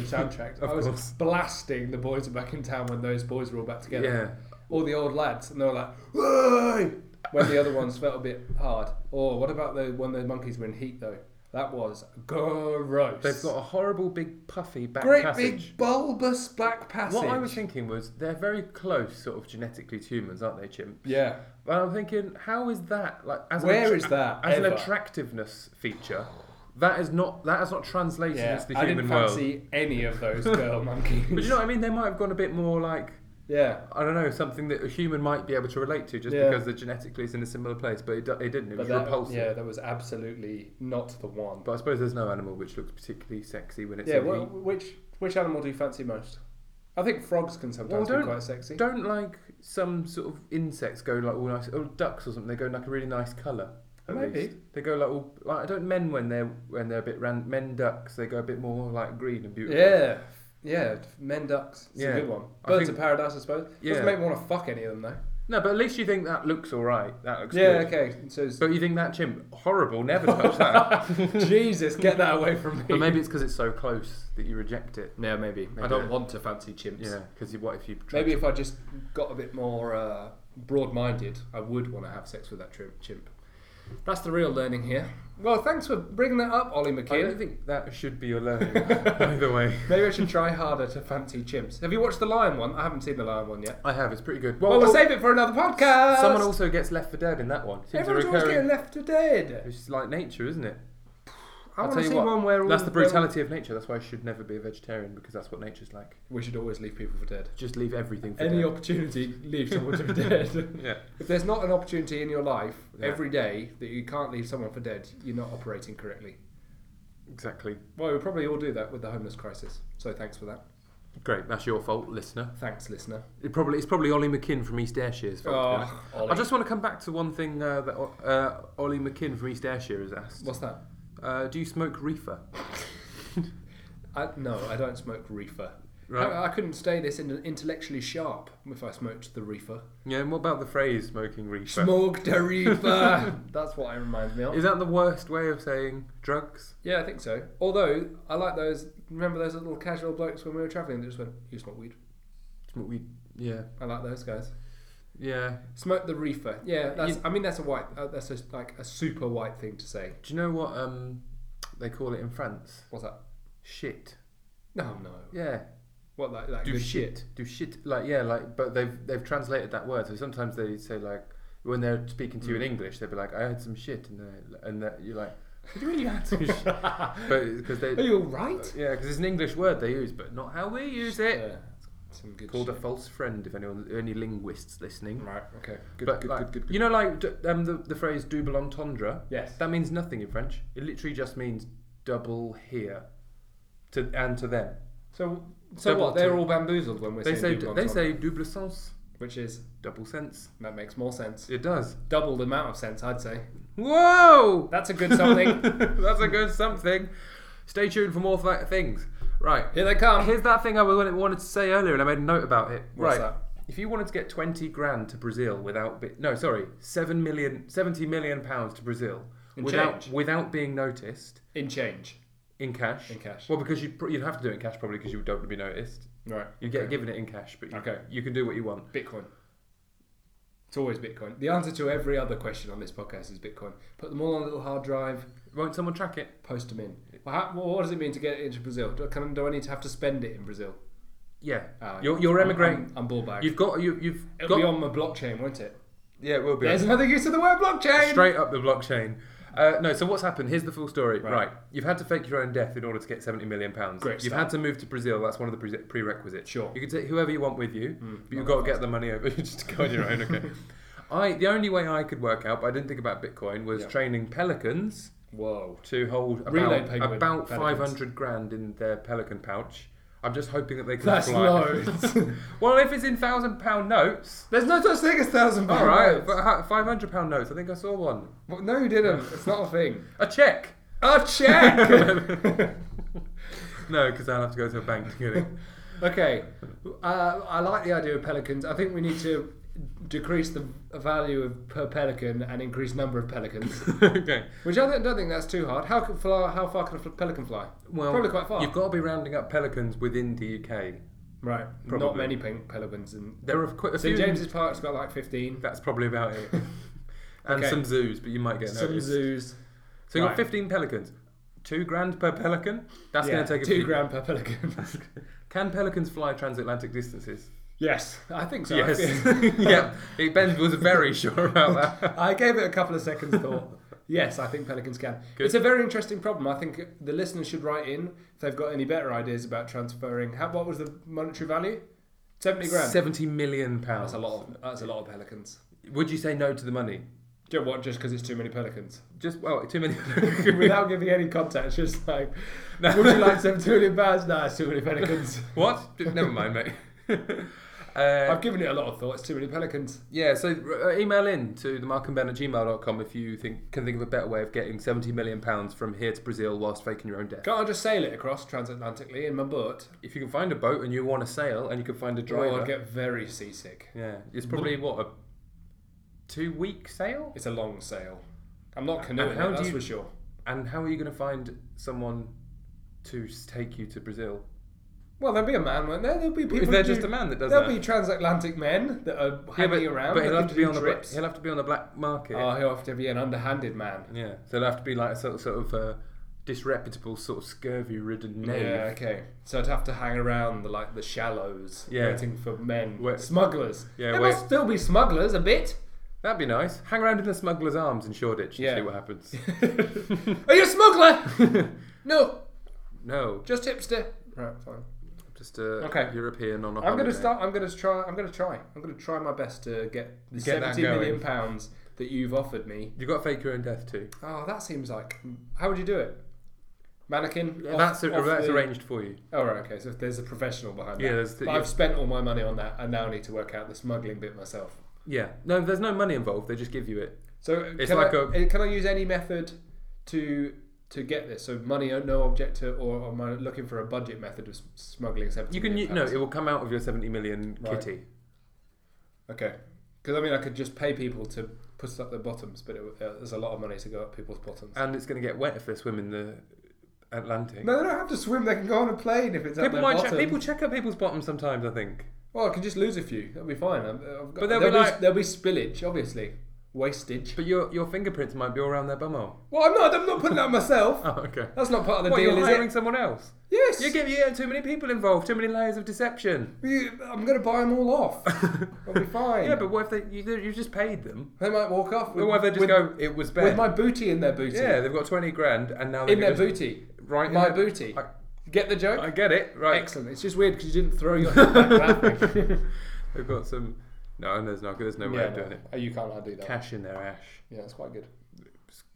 S2: soundtrack.
S1: Of
S2: I was
S1: course.
S2: blasting the boys are back in town when those boys were all back together.
S1: Yeah.
S2: all the old lads, and they were like, "Whoa!" when the other ones felt a bit hard. Or what about the when the monkeys were in heat though? That was gross.
S1: They've got a horrible big puffy back
S2: great
S1: passage.
S2: big bulbous back passage.
S1: What I was thinking was they're very close, sort of genetically to humans, aren't they, chimps?
S2: yeah,
S1: But I'm thinking, how is that like? As
S2: Where
S1: an
S2: is that
S1: as an
S2: ever?
S1: attractiveness feature? That is not that is not translated
S2: yeah.
S1: into the
S2: I
S1: human
S2: didn't
S1: world.
S2: fancy any of those girl monkeys.
S1: But you know what I mean? They might have gone a bit more like
S2: yeah,
S1: I don't know something that a human might be able to relate to, just
S2: Yeah.
S1: because the genetically is in a similar place. But it, do- it didn't. It
S2: but
S1: was
S2: that,
S1: repulsive.
S2: yeah, that was absolutely not the one.
S1: But I suppose there's no animal which looks particularly sexy when it's
S2: yeah,
S1: in
S2: wh-
S1: heat.
S2: which which animal do you fancy most? I think frogs can sometimes
S1: don't-
S2: be quite sexy.
S1: Don't like some sort of insects go like all nice, or ducks or something. They go in like a really nice colour. at
S2: Maybe.
S1: least. they go like all like I don't men when they're when they're a bit ran, men ducks they go a bit more like green and beautiful.
S2: Yeah, yeah, men ducks. It's
S1: Yeah.
S2: a good one.
S1: I
S2: Birds
S1: think-
S2: of paradise, I suppose.
S1: Yeah.
S2: Doesn't make me want to fuck any of them though.
S1: No, but at least you think that looks all right. That looks
S2: yeah,
S1: good.
S2: okay. So it's-
S1: But you think that chimp horrible? Never touch that.
S2: Jesus, get that away from me.
S1: but maybe it's because it's so close that you reject it.
S2: yeah, maybe. I
S1: Maybe.
S2: don't want to fancy chimps.
S1: Yeah, because what if you tried
S2: Maybe
S1: to-
S2: if I just got a bit more uh, broad-minded, I would want to have sex with that tri- chimp. That's the real learning here. Well, thanks for bringing that up, Ollie
S1: I don't
S2: McKinn.
S1: think that should be your learning. Either way,
S2: Maybe I should try harder to fancy chimps. Have you watched the Lion one? I haven't seen the Lion one yet.
S1: I have. It's pretty good.
S2: Well, we'll save it for another podcast.
S1: oh, someone also gets left for dead in that one. Seems a
S2: Everyone's always
S1: recurring-
S2: getting left to dead.
S1: Which is like nature, isn't it?
S2: I
S1: I'll
S2: want
S1: tell
S2: to
S1: you
S2: see
S1: what,
S2: one where all
S1: That's the
S2: where-
S1: brutality of nature. That's why I should never be a vegetarian because that's what nature's like.
S2: We should always leave people for dead.
S1: Just leave everything for
S2: Any
S1: dead.
S2: opportunity, leave someone for dead.
S1: yeah.
S2: If there's not an opportunity in your life
S1: Yeah.
S2: every day that you can't leave someone for dead, you're not operating correctly.
S1: Exactly.
S2: Well, we probably all do that with the homeless crisis. So thanks for that.
S1: Great. That's your fault, listener.
S2: Thanks, listener. Oh.
S1: It probably it's probably Ollie McKinn from East Ayrshire's fault. to be honest. I
S2: Ollie.
S1: just want to come back to one thing uh, that O- uh, Ollie McKinn from East Ayrshire has asked.
S2: What's that?
S1: Uh, do you smoke reefer?
S2: I, no, I don't smoke reefer.
S1: Right.
S2: I, I couldn't stay this in, intellectually sharp if I smoked the reefer.
S1: Yeah. And what about the phrase smoking reefer?
S2: Smoked a reefer. That's what it reminds me of.
S1: Is that the worst way of saying drugs?
S2: Yeah, I think so. Although I like those. Remember those little casual blokes when we were travelling that just went, "You smoke weed."
S1: Smoke weed. Yeah.
S2: I like those guys.
S1: Yeah.
S2: Smoke the reefer. Yeah, that's. I mean, that's a white. Uh, that's just like a super white thing to say.
S1: Do you know what um they call it in France?
S2: What's that?
S1: Shit.
S2: No, no.
S1: Yeah.
S2: What like like
S1: do
S2: good
S1: shit. do shit like yeah like but they've they've translated that word so sometimes they say like when they're speaking to you in
S2: Mm.
S1: English they'd be like I had some shit and they're- and that you're like did you really had some shit but because they
S2: Are you all right?
S1: yeah because it's an English word they use but not how we use it
S2: Yeah, some good.
S1: called a
S2: shit.
S1: false friend if anyone any linguists listening
S2: right. Okay. Good.
S1: but
S2: good,
S1: like,
S2: good. Good. Good.
S1: you know like d- um, the the phrase double entendre
S2: Yes.
S1: that means nothing in French it literally just means double here to and to them
S2: So so
S1: Double
S2: what? They're
S1: two.
S2: all bamboozled when we're
S1: they say
S2: saying
S1: d-
S2: double
S1: they say
S2: entendre,
S1: double sens
S2: which is
S1: double sense
S2: that makes more sense.
S1: it does
S2: Double the amount of sense, I'd say.
S1: Whoa!
S2: That's a good something.
S1: That's a good something. Stay tuned for more th- things. Right.
S2: Here they come.
S1: Here's that thing I wanted wanted to say earlier, and I made a note about it.
S2: What's
S1: right.
S2: that?
S1: If you wanted to get 20 grand to Brazil without, be- no, sorry, 7 million, 70 million pounds to Brazil
S2: In
S1: without
S2: change.
S1: without being noticed
S2: In change.
S1: in cash.
S2: In cash.
S1: Well, because you'd, pr- you'd have to do it in cash probably because you don't want to be noticed.
S2: Right.
S1: You get given it in cash, but you,
S2: Okay.
S1: you can do what you want.
S2: Bitcoin. It's always Bitcoin. The answer to every other question on this podcast is Bitcoin. Put them all on a little hard drive,
S1: Won't someone track it?
S2: post them in. Well, how, well, what does it mean to get it into Brazil? Do, I- can, do I need to have to spend it in Brazil?
S1: Yeah.
S2: Ah,
S1: you're, you're
S2: I'm-
S1: emigrating.
S2: I'm, I'm ball bagged.
S1: You've got, you, you've
S2: It'll
S1: got,
S2: be on my blockchain, won't it?
S1: yeah, it will be.
S2: There's another use of the word blockchain.
S1: Straight up the blockchain. Uh, no, so what's happened? Here's the full story. Right.
S2: Right.
S1: You've had to fake your own death in order to get 70 million pounds.
S2: Great
S1: You've
S2: start.
S1: had to move to Brazil. That's one of the pre- prerequisites.
S2: Sure. Mm,
S1: You can take whoever you want with you, but you've got to get the money over just to go on your own. Okay. I the only way I could work out, but I didn't think about Bitcoin, was
S2: Yeah.
S1: training pelicans
S2: Whoa.
S1: to hold
S2: Relay
S1: about,
S2: penguin
S1: about
S2: pelicans.
S1: 500 grand in their pelican pouch. I'm just hoping that they can
S2: That's
S1: fly.
S2: loads.
S1: well, if it's in thousand pound notes,
S2: There's no such thing as thousand
S1: all
S2: pound
S1: right,
S2: notes.
S1: but uh, five hundred pound notes. I think I saw one.
S2: Well, no, you didn't. It's not a thing.
S1: A check.
S2: A check.
S1: No, because I'll have to go to a bank to get it.
S2: okay. Uh, I like the idea of pelicans. I think we need to decrease the value of per pelican and increase number of pelicans.
S1: okay.
S2: Which I don't, don't think that's too hard. How can fly, How far can a fl- pelican fly?
S1: Well,
S2: probably quite far.
S1: You've got to be rounding up pelicans within the UK.
S2: right. Not
S1: Probably.
S2: many pe- pelicans. In,
S1: There are quite a
S2: St
S1: few.
S2: James's Park's got like fifteen.
S1: That's probably about it. and
S2: Okay.
S1: some zoos, but you might get
S2: Some
S1: noticed.
S2: zoos.
S1: So you've got
S2: Right.
S1: 15 pelicans. Two grand per pelican. That's
S2: Yeah,
S1: going to take a
S2: two
S1: few.
S2: grand per pelican.
S1: Can pelicans fly transatlantic distances?
S2: yes, I think so.
S1: Yes. yeah. Ben was very sure about that.
S2: I gave it a couple of seconds thought. Yes, I think pelicans can.
S1: Good.
S2: It's a very interesting problem. I think the listeners should write in if they've got any better ideas about transferring. How, what was the monetary value? Seventy grand.
S1: 70 million pounds.
S2: That's a lot. Of, that's a lot of pelicans.
S1: Would you say no to the money?
S2: Do you know what? Just because it's too many pelicans.
S1: Just, well, too many.
S2: Without giving any context, just like, would you like some too many pounds? Nah, it's too many pelicans.
S1: what? Never mind, mate. uh,
S2: I've given it a lot of thought. It's too many pelicans.
S1: Yeah, so uh, email in to themarkandben at gmail.com if you think can think of a better way of getting £70 million pounds from here to Brazil whilst faking your own death.
S2: Can't I just sail it across transatlantically in my boat?
S1: If you can find a boat and you want to sail and you can find a driver.
S2: Or I'd get very seasick.
S1: Yeah, it's probably, what, a two week sail?
S2: It's a long sail. I'm not canoeing.
S1: how
S2: It,
S1: do
S2: that's
S1: you-
S2: for sure.
S1: And how are you going to find someone to s- take you to Brazil?
S2: Well, there'll be a man, won't there? There'll be people.
S1: if they're
S2: who do-
S1: just a man that does
S2: There'll
S1: that.
S2: be transatlantic men that are
S1: yeah, but,
S2: hanging around.
S1: but he'll
S2: that
S1: have
S2: can
S1: to be
S2: do
S1: on the bla-
S2: trips.
S1: he'll have to be on the black market.
S2: Oh, he'll have to be an underhanded man.
S1: yeah, so he'll have to be like a sort, sort of uh, disreputable, sort of scurvy ridden knave.
S2: Yeah, okay. So I'd have to hang around the like the shallows,
S1: Yeah.
S2: waiting for men,
S1: Wait-
S2: smugglers.
S1: Yeah,
S2: there
S1: wait-
S2: must still be smugglers a bit.
S1: That'd be nice. Hang around in the smuggler's arms in Shoreditch and
S2: Yeah.
S1: see what happens.
S2: Are you a smuggler? no,
S1: no,
S2: just hipster. Right, fine.
S1: just a
S2: Okay.
S1: European on a
S2: I'm gonna
S1: holiday.
S2: start. I'm gonna try. I'm gonna try. I'm gonna try my best to get the
S1: Get that
S2: seventy million
S1: going.
S2: pounds that you've offered me.
S1: You've got to fake your own death too.
S2: Oh, that seems like. How would you do it? Mannequin. off-
S1: that's a,
S2: off
S1: that's
S2: the-
S1: arranged for you.
S2: Oh right, okay. So if there's a professional behind
S1: Yeah,
S2: that.
S1: there's the-
S2: But
S1: yeah.
S2: I've spent all my money on that, and now I need to work out the smuggling bit myself.
S1: Yeah. No, there's no money involved. They just give you it.
S2: So
S1: It's
S2: can
S1: like
S2: I,
S1: a-
S2: eh, can I use any method to to get this? So money, uh, no objective, or am I looking for a budget method of s- smuggling seventy?
S1: You can u-
S2: million
S1: no.
S2: pounds?
S1: It will come out of your 70 million
S2: Right.
S1: kitty.
S2: Okay, because I mean I could just pay people to put up their bottoms, but it, w- uh, there's a lot of money to go up people's bottoms.
S1: And it's going to get wet if they swim in the Atlantic.
S2: no, they don't have to swim. They can go on a plane if it's up
S1: people
S2: their
S1: might
S2: bottom.
S1: check, people check up people's bottoms sometimes. I think.
S2: Well, I can just lose a few. That'll be fine. I've, I've got,
S1: But there'll be like-
S2: there'll be spillage, obviously, wastage.
S1: But your your fingerprints might be all around their bumhole.
S2: Well, I'm not. I'm not putting that myself.
S1: Oh, okay.
S2: That's not part of the
S1: what
S2: deal,
S1: you're
S2: is
S1: hiring
S2: it?
S1: someone else?
S2: Yes.
S1: You're getting, you get too many people involved. Too many layers of deception.
S2: You- I'm going to buy them all off. I'll be fine.
S1: Yeah, but what if they you you just paid them?
S2: they might walk off. With,
S1: Or what if they just
S2: with,
S1: go? It was Ben.
S2: with my booty in their booty.
S1: Yeah, they've got 20 grand and now
S2: in
S1: they're
S2: their booty.
S1: Right in
S2: my
S1: their-
S2: booty.
S1: I-
S2: Get the joke?
S1: I get it, right?
S2: Excellent. It's just weird because you didn't throw your hand back laughing.
S1: They've got some. No, there's no, there's no way
S2: Yeah,
S1: of doing
S2: no.
S1: it.
S2: Oh, you can't undo that.
S1: Cash in their ash.
S2: Yeah, that's quite good.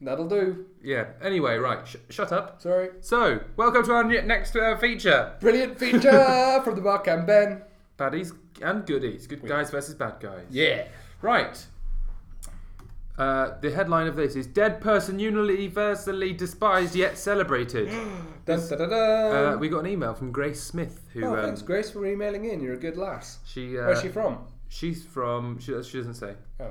S2: That'll do.
S1: Yeah. Anyway, right. Sh- shut up.
S2: Sorry.
S1: So, welcome to our ne- next uh, feature:
S2: Brilliant feature from the Mark and Ben.
S1: baddies and goodies, good guys versus bad guys.
S2: Yeah.
S1: Right. Uh, the headline of this is Dead Person Universally Despised Yet Celebrated.
S2: Dun, dun, dun, dun.
S1: Uh, we got an email from Grace Smith, who
S2: oh,
S1: um,
S2: thanks, Grace, for emailing in. You're a good lass.
S1: she uh,
S2: Where's she from?
S1: she's from. She, she doesn't say.
S2: Oh,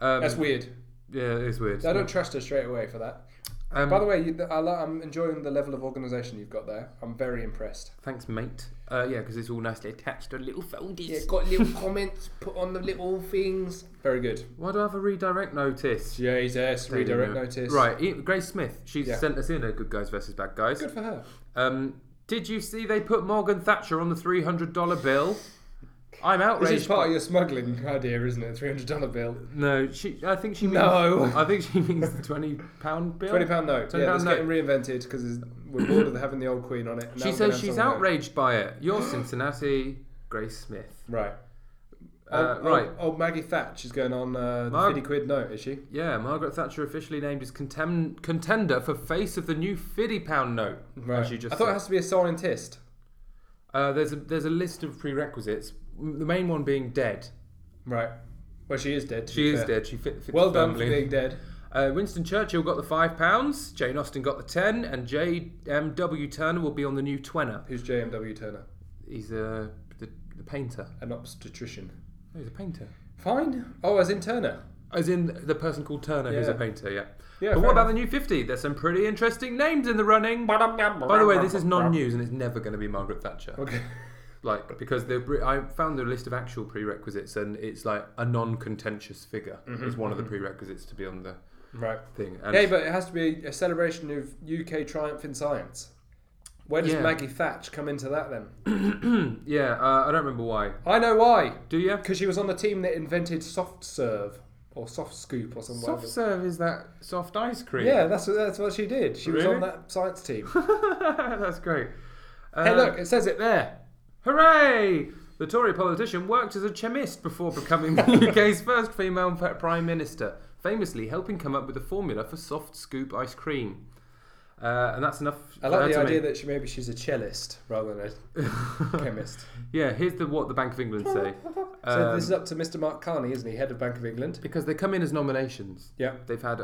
S1: Um,
S2: that's weird.
S1: Yeah, it's weird.
S2: I don't trust her straight away for that.
S1: Um,
S2: By the way, you, I lo- I'm enjoying the level of organisation you've got there. I'm very impressed.
S1: thanks, mate. Uh, yeah, because it's all nicely attached on little foldies.
S2: got little comments, put on the little things. Very good.
S1: Why do I have a redirect notice?
S2: Jesus, redirect
S1: Yeah.
S2: notice.
S1: Right, E- Grace Smith. She
S2: Yeah.
S1: sent us in a good guys versus bad guys.
S2: Good for her.
S1: Um, did you see they put Morgan Thatcher on the three hundred dollar bill? I'm
S2: This
S1: outraged.
S2: is part of your smuggling idea, isn't it? Three hundred dollar bill,
S1: no, she. I think she means.
S2: No.
S1: I think she means the twenty pound bill.
S2: twenty pound note.
S1: Twenty
S2: yeah,
S1: pound
S2: it's
S1: note.
S2: getting reinvented because we're bored of having the old queen on it. and now
S1: She
S2: we're
S1: says
S2: gonna have
S1: she's
S2: someone else.
S1: outraged by it. You're Cincinnati, Grace Smith.
S2: Right.
S1: Uh,
S2: old,
S1: right.
S2: Old, old Maggie Thatch is going on uh, the
S1: Mar-
S2: 50 quid note, is she?
S1: Yeah, Margaret Thatcher officially named as contem- contender for face of the new fifty pound note. As you just
S2: I thought
S1: said.
S2: it has to be a scientist.
S1: Uh, there's a there's a list of prerequisites. m- The main one being dead.
S2: Right. Well, she is dead. to
S1: She
S2: be
S1: is
S2: fair.
S1: dead. She fit, fits
S2: Well done for
S1: firmly.
S2: being dead.
S1: Uh, Winston Churchill got the five pounds. Jane Austen got the ten, and J.M.W. Turner will be on the new twenner.
S2: Who's JMW Turner?
S1: He's a the, the painter.
S2: An obstetrician.
S1: No, he's a painter.
S2: Fine. Oh, as in Turner.
S1: As in the person called Turner, who's a
S2: Yeah.
S1: painter. Yeah. but
S2: Yeah, fair
S1: what about the new fifty? There's some pretty interesting names in the running. By the way, this is non-news, and it's never going to be Margaret Thatcher.
S2: Okay.
S1: Like because the Brit- I found the list of actual prerequisites, and it's like a non-contentious figure is one of the prerequisites to be on the
S2: Right.
S1: thing. And
S2: Hey, Mm-hmm, but it has to be a celebration of UK triumph in science. Where does
S1: Yeah.
S2: Maggie Thatch come into that then?
S1: yeah, uh, I don't remember why.
S2: I know why.
S1: Do you?
S2: Because she was on the team that invented soft serve or soft scoop or something.
S1: Soft serve is that soft ice cream.
S2: Yeah, that's what, that's what she did. She was
S1: Really?
S2: on that science team.
S1: that's great.
S2: hey,
S1: Uh,
S2: look, it says it there.
S1: Hooray! The Tory politician worked as a chemist before becoming the UK's first female p- prime minister, famously helping come up with a formula for soft scoop ice cream. Uh, and that's enough.
S2: I
S1: for
S2: like
S1: her
S2: the
S1: to
S2: idea
S1: make-
S2: that she maybe she's a cellist rather than a chemist.
S1: Yeah, here's the what the Bank of England say.
S2: So
S1: Um,
S2: this is up to Mr. Mark Carney, isn't he, head of Bank of England?
S1: because they come in as nominations.
S2: Yeah.
S1: They've had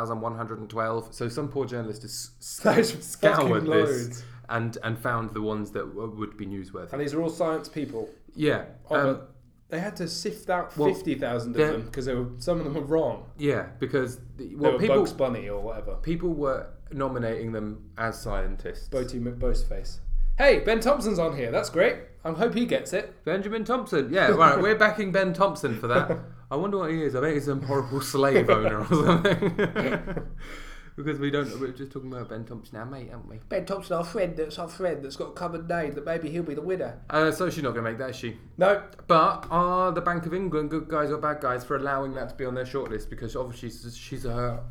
S1: 174,112. So some poor journalist has
S2: Those
S1: s- scoured
S2: fucking
S1: this
S2: loads.
S1: and, and found the ones that w- would be newsworthy.
S2: And these are all science people.
S1: Yeah.
S2: Oh,
S1: um,
S2: but they had to sift out
S1: well,
S2: fifty thousand of
S1: they're-
S2: them because some of them were wrong.
S1: Yeah, because the,
S2: They
S1: well,
S2: were
S1: people
S2: Bugs Bunny or whatever.
S1: people were nominating them as scientists.
S2: Boaty McBoastface. Hey, Ben Thompson's on here. That's great. I hope he gets it.
S1: Benjamin Thompson. Yeah, right. we're backing Ben Thompson for that. I wonder what he is. I bet he's some horrible slave owner or something. because we don't. We're just talking about Ben Thompson now, mate, aren't we?
S2: Ben Thompson, our friend, that's our friend that's got a common name that maybe he'll be the winner.
S1: Uh, so she's not going to make that, is she?
S2: No,
S1: But are the Bank of England good guys or bad guys for allowing that to be on their shortlist? Because obviously she's, she's a,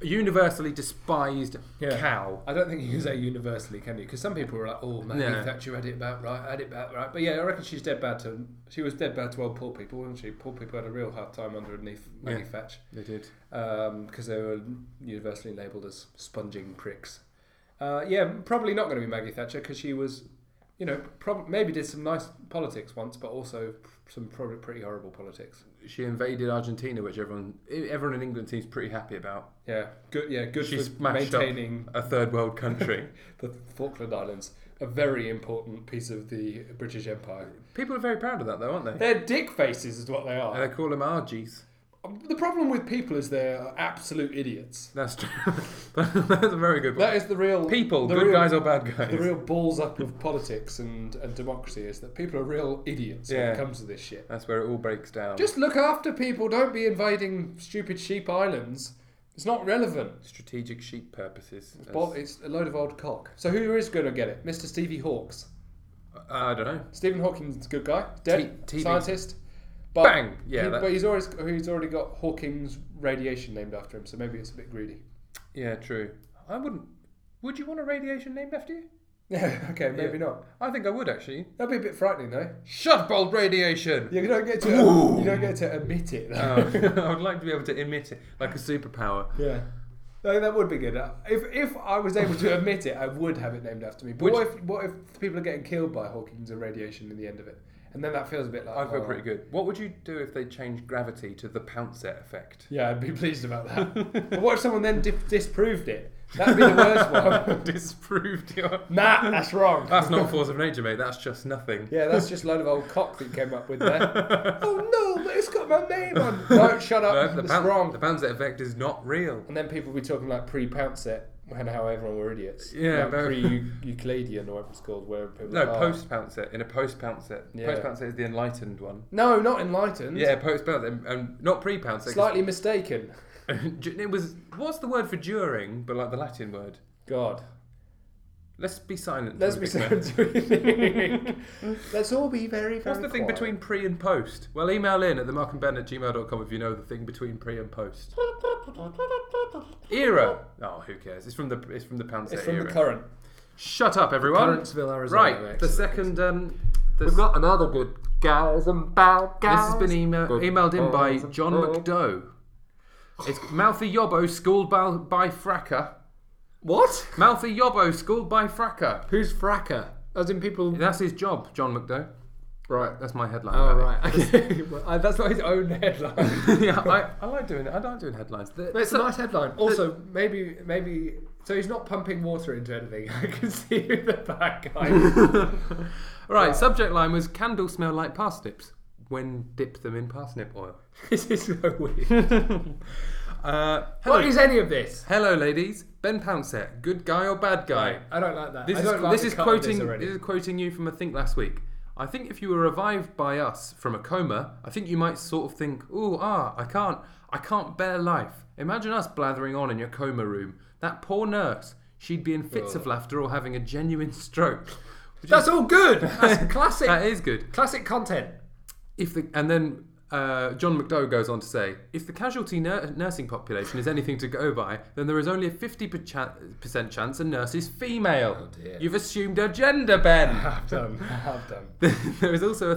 S1: a universally despised
S2: Yeah.
S1: cow.
S2: I don't think you can say universally, can you? Because some people were like, "Oh, Maggie
S1: No.
S2: Thatcher had it about right, had it about right." But yeah, I reckon she's dead bad to she was dead bad to old poor people, wasn't she? Poor people had a real hard time underneath Maggie
S1: Yeah.
S2: Thatcher
S1: They did.
S2: because they were universally labelled as sponging pricks. Uh, yeah, probably not going to be Maggie Thatcher because she was, you know, prob- maybe did some nice politics once, but also some probably pretty horrible politics.
S1: She invaded Argentina, which everyone everyone in England seems pretty happy about.
S2: Yeah, good. Yeah, good
S1: She
S2: for
S1: smashed up-
S2: maintaining
S1: A third world country.
S2: the Falkland Islands, a very important piece of the British Empire.
S1: People are very proud of that, though, aren't they?
S2: They're dick faces, is what they
S1: And
S2: are.
S1: they call them Argies.
S2: The problem with people is they're absolute idiots.
S1: That's true. That's a very good one.
S2: That is the real
S1: People,
S2: the
S1: good
S2: real-
S1: guys or bad
S2: The
S1: guys?
S2: real balls up of politics and, and democracy is that people are real idiots when
S1: Yeah.
S2: it comes to this shit.
S1: That's where it all breaks down.
S2: Just look after people. Don't be invading stupid sheep islands. It's not relevant.
S1: strategic sheep purposes.
S2: It's, bo- it's a load of old cock. So who is going to get it? Mr. Stevie Hawkes.
S1: I don't know.
S2: Stephen Hawking's a good guy, dead
S1: T- TV.
S2: scientist. But
S1: Bang! Yeah,
S2: he-
S1: that-
S2: but he's always he's already got Hawking's radiation named after him, so maybe it's a bit greedy.
S1: Yeah, true. I wouldn't. Would you want a radiation named after you?
S2: Yeah, okay, maybe not.
S1: I think I would actually.
S2: That'd be a bit frightening, though.
S1: Shut bold radiation.
S2: You don't get to you don't get to admit it. Though.
S1: Oh, I would like to be able to emit it like a superpower.
S2: Yeah. No, that would be good. If if I was able to admit it, I would have it named after me. But
S1: Would
S2: what if what if people are getting killed by Hawking's irradiation in the end of it? And then that feels a bit like.
S1: I feel
S2: oh.
S1: pretty good. What would you do if they changed gravity to the pounce effect?
S2: Yeah, I'd be pleased about that. but what if someone then dif- disproved it? That'd be the worst one.
S1: Disproved your.
S2: nah, that's wrong.
S1: That's not force of nature, mate. That's just nothing.
S2: Yeah, that's just a load of old cock that you came up with there. oh no, but it's got my name on. No, shut
S1: No,
S2: up.
S1: the,
S2: it's
S1: poun-
S2: wrong.
S1: the pounce effect is not real.
S2: And then people will be talking like pre-pounce set and how everyone were idiots.
S1: Yeah,
S2: like
S1: very-
S2: pre-Euclidean or whatever it's called, where people
S1: No,
S2: are-
S1: post pounce it in a post pounce it.
S2: Oh. Yeah.
S1: Post pounce it is the enlightened one.
S2: No, not enlightened.
S1: Yeah, post pounce and, and not pre pounce it. 'cause-
S2: slightly mistaken.
S1: it was what's the word for during, but like the Latin word.
S2: God,
S1: Let's be silent.
S2: let's
S1: for a
S2: be
S1: big minute.
S2: so. let's all be very. very
S1: What's the thing
S2: quiet.
S1: between pre and post? Well, email in at themarkandben at gmail.com if you know the thing between pre and post. Era. Oh, who cares? It's from the it's from the Panzer
S2: It's from
S1: era.
S2: the current.
S1: Shut up, everyone.
S3: Currentsville, Arizona.
S1: right,
S3: mate.
S1: the second. Um, the
S3: We've got another good guys and bad
S1: This
S3: guys.
S1: has been email,
S3: Good
S1: emailed in by
S3: boys and
S1: John
S3: bad-
S1: McDoe. It's Mouthy Yobbo schooled by, by Fracker.
S3: What?
S1: Mouthy Yobbo schooled by Fracker.
S3: Who's Fracker? As in people.
S1: That's his job, John McDoe.
S3: Right.
S1: That's my headline.
S3: Oh,
S1: about it.
S3: right. Okay. Well, I- that's not his own headline.
S1: yeah, I, I like doing it. I like doing headlines. The-
S3: It's a nice headline.
S2: Also, maybe, maybe. So he's not pumping water into anything. I can see who the bad guy. is.
S1: right, subject line was candles smell like parsnips when dip them in parsnip oil.
S2: this is so weird.
S1: Uh, hello,
S2: What is any of this?
S1: hello, ladies. Ben Pouncet, good guy or bad guy?
S2: I don't like that.
S1: This
S2: I
S1: is
S2: don't like
S1: this
S2: the
S1: is
S2: cut of
S1: quoting
S2: already.
S1: this is quoting you from a think last week. I think if you were revived by us from a coma, I think you might sort of think, "Ooh, ah, I can't, I can't bear life." Imagine us blathering on in your coma room. That poor nurse, she'd be in fits of laughter or having a genuine stroke. Which
S2: That's all good. That's
S1: is,
S2: classic.
S1: that is good.
S2: classic content.
S1: If the and then uh, John McDoe goes on to say, if the casualty nur- nursing population is anything to go by, then there is only a fifty percent chance a nurse is female.
S2: Oh, dear.
S1: You've assumed her gender, Ben.
S2: I've done. I've done.
S1: there is also a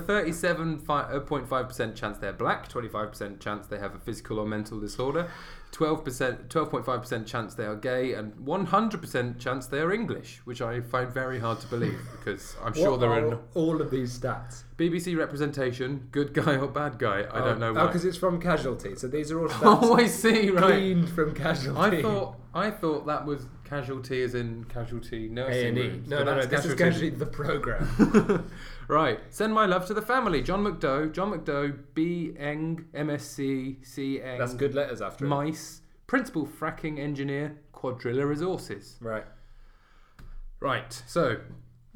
S1: 37.5% chance they're black, 25% chance they have a physical or mental disorder, 12%, 12.5% chance they are gay, and 100% chance they are English, which I find very hard to believe because I'm sure
S2: What
S1: there
S2: are
S1: are no-
S2: all of these stats.
S1: BBC representation, good guy or bad guy. I don't know
S2: Oh,
S1: why.
S2: because it's from Casualty. So these are all stats
S1: Oh, I see, right.
S2: cleaned from Casualty.
S1: I thought I thought that was casualty as in casualty
S2: A
S1: nursing
S2: and E.
S1: rooms,
S2: No,
S1: but
S2: no, no.
S1: that's
S2: This is Casualty, the program.
S1: Right. Send my love to the family. John McDoe, John McDoe, B. Eng, MSc, C. Eng,
S2: That's good letters after it.
S1: Mice, Principal Fracking Engineer, Quadrilla Resources.
S2: Right.
S1: Right. So,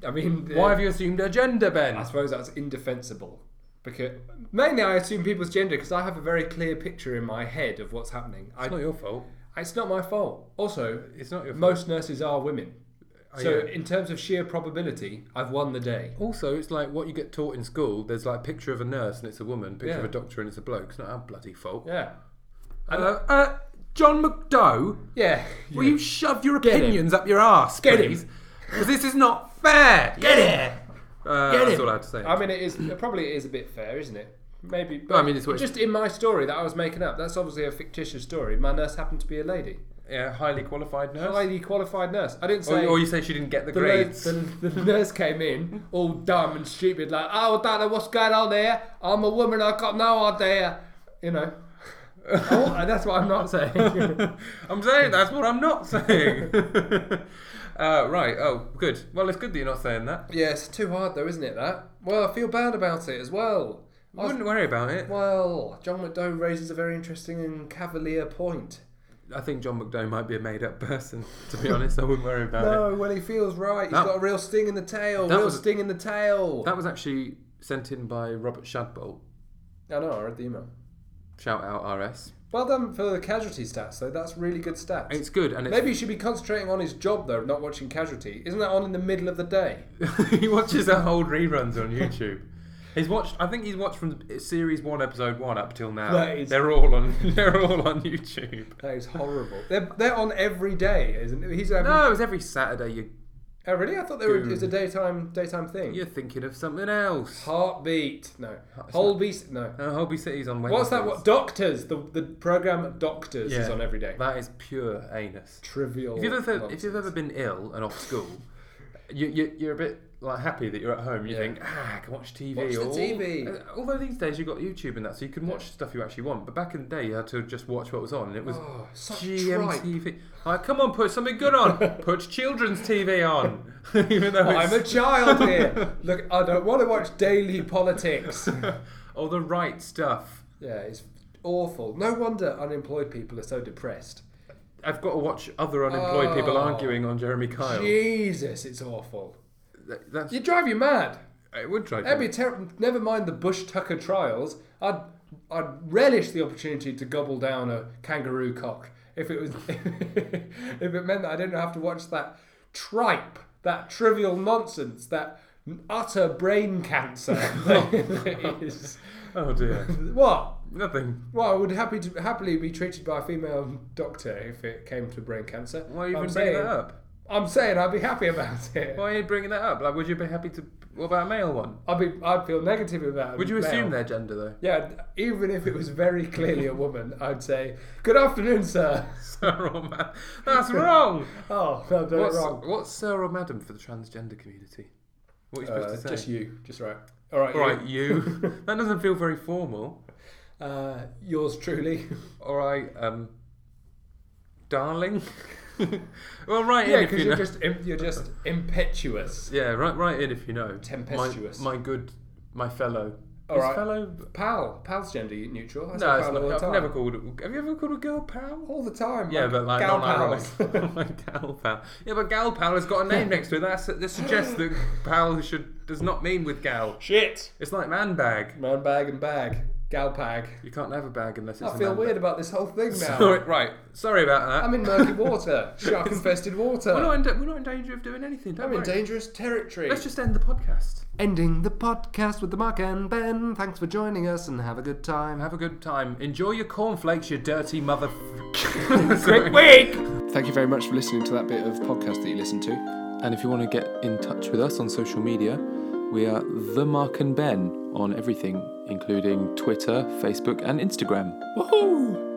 S2: I mean, the-
S1: why have you assumed a gender, Ben?
S2: I suppose that's indefensible. Because mainly I assume people's gender because I have a very clear picture in my head of what's happening. I,
S1: It's not your fault.
S2: it's not my fault. Also,
S1: It's not your fault. Oh,
S2: most nurses are women. So
S1: yeah.
S2: in terms of sheer probability, I've won the day.
S1: Also, it's like what you get taught in school. There's like a picture of a nurse and it's a woman, picture of
S2: Yeah.
S1: a doctor and it's a bloke. It's not our bloody fault.
S2: Yeah.
S1: Hello, uh, John McDoe,
S2: Yeah.
S1: will you shove your
S2: Get him.
S1: opinions up your arse,
S2: Get him.
S1: please? Because this is not fair. Get it. Uh,
S2: Get
S1: that's
S2: him.
S1: all I have to say.
S2: I mean, it is probably it is a bit fair, isn't it? Maybe. But
S1: I mean, it's what-
S2: just in my story that I was making up. That's obviously a fictitious story. My nurse happened to be a lady,
S1: Yeah, highly qualified nurse.
S2: highly qualified nurse. I didn't
S1: Or,
S2: say.
S1: or you say she didn't get the,
S2: the,
S1: grades.
S2: nurse, the, the nurse came in all dumb and stupid, like, "Oh, I don't know what's going on there. I'm a woman. I've got no idea." You know. Oh, that's what I'm not saying.
S1: I'm saying that's what I'm not saying. uh, right. Oh, good. Well, it's good that you're not saying that.
S2: yeah, it's too hard though, isn't it? That. Well, I feel bad about it as well. I
S1: I
S2: was-
S1: wouldn't worry about it.
S2: Well, John McDoe raises a very interesting and cavalier point.
S1: I think John McDoe might be a made-up person. To be honest, I wouldn't worry about it.
S2: No, when he feels right, he's
S1: That-
S2: got a real sting in the tail.
S1: that
S2: Real
S1: was-
S2: sting in the tail.
S1: That was actually sent in by Robert Shadbolt.
S2: I know. I read the email.
S1: Shout out RS.
S2: Well done for the casualty stats, though. That's really good stats.
S1: It's good, and it's,
S2: Maybe you should be concentrating on his job though, not watching Casualty. Isn't that on in the middle of the day?
S1: he watches our old reruns on YouTube. He's watched. I think he's watched from series one, episode one, up till now.
S2: That is-
S1: They're all on. They're all on YouTube.
S2: That is horrible. they're, they're on every day, isn't it? He's having,
S1: No, it's every Saturday. You
S2: Oh, really? I thought they were. It's a daytime daytime thing.
S1: you're thinking of something else.
S2: Heartbeat. No. Holby. No.
S1: Uh, Holby City's on Wednesday.
S2: What's that? What Doctors? The the program Doctors is on every day.
S1: That is pure anus.
S2: Trivial.
S1: If you've ever if
S2: nonsense.
S1: you've ever been ill and off school, you, you you're a bit like happy that you're at home. You
S2: Yeah.
S1: think, ah, I can watch TV.
S2: Watch the
S1: or-
S2: TV.
S1: Uh, Although these days you've got YouTube and that, so you can watch stuff you actually want. But back in the day, you had to just watch what was on, and it was
S2: Oh, such tripe.
S1: GMTV. Like, come on, put something good on. put children's TV on. Even though
S2: I'm
S1: it's
S2: a child here. Look, I don't want to watch daily politics.
S1: all the right stuff.
S2: Yeah, it's awful. No wonder unemployed people are so depressed.
S1: I've got to watch other unemployed people
S2: Oh.
S1: arguing on Jeremy Kyle.
S2: Jesus, it's awful.
S1: That- that's,
S2: You drive you mad.
S1: it would drive
S2: That'd
S1: you.
S2: be terrible. Never mind the Bush Tucker trials. I'd I'd relish the opportunity to gobble down a kangaroo cock if it was if it meant that I didn't have to watch that tripe, that trivial nonsense, that utter brain cancer. that is.
S1: Oh dear.
S2: What?
S1: Nothing.
S2: Well, I would happy to happily be treated by a female doctor if it came to brain cancer.
S1: Why are you
S2: I'm
S1: even
S2: saying,
S1: bringing that up?
S2: I'm saying I'd be happy about it.
S1: Why are you bringing that up? Like, would you be happy to? What about a male one?
S2: I'd be. I'd feel negative about. it.
S1: Would you assume
S2: now.
S1: their gender though?
S2: Yeah, even if it was very clearly a woman, I'd say, "Good afternoon, sir."
S1: Sir or madam? That's wrong.
S2: Oh, no, I've done
S1: what's,
S2: it wrong.
S1: what's sir or madam for the transgender community? What are you supposed
S2: Uh,
S1: to say?
S2: just you, just right. All right,
S1: All
S2: you.
S1: right, you. that doesn't feel very formal.
S2: Uh, yours truly.
S1: All right, um, darling. well, right
S2: yeah,
S1: in if
S2: because
S1: you
S2: you are
S1: know.
S2: just im- you're just impetuous,
S1: Yeah, right, right in if you know.
S2: tempestuous.
S1: My, my good, my fellow.
S2: All
S1: Is
S2: right.
S1: fellow?
S2: pal, pal's gender neutral. I say
S1: No, it's
S2: pal
S1: not,
S2: all the
S1: I've
S2: time.
S1: never called. it- Have you ever called a girl pal?
S2: all the time.
S1: Yeah,
S2: like
S1: but like
S2: gal
S1: not
S2: pals.
S1: ironic. like gal pal. Yeah, but gal pal has got a name next to it. That's, that suggests that pal should does not mean with gal.
S2: Shit.
S1: It's like man bag.
S2: Man bag and bag, gal pag.
S1: You can't have a bag unless it's.
S2: I
S1: a
S2: feel
S1: man
S2: weird
S1: bag.
S2: about this whole thing now.
S1: Sorry, right. Sorry about that.
S2: I'm in murky water, shark infested water.
S1: we're, not in da- we're not in danger of doing anything. Don't
S2: I'm in
S1: worry.
S2: dangerous territory.
S1: Let's just end the podcast.
S3: Ending the podcast with the Mark and Ben. Thanks for joining us and have a good time.
S1: Have a good time. Enjoy your cornflakes, you dirty mother.
S3: great week. Thank you very much for listening to that bit of podcast that you listened to.
S1: And if you want to get in touch with us on social media, we are the Mark and Ben on everything, including Twitter, Facebook, and Instagram.
S3: Woohoo!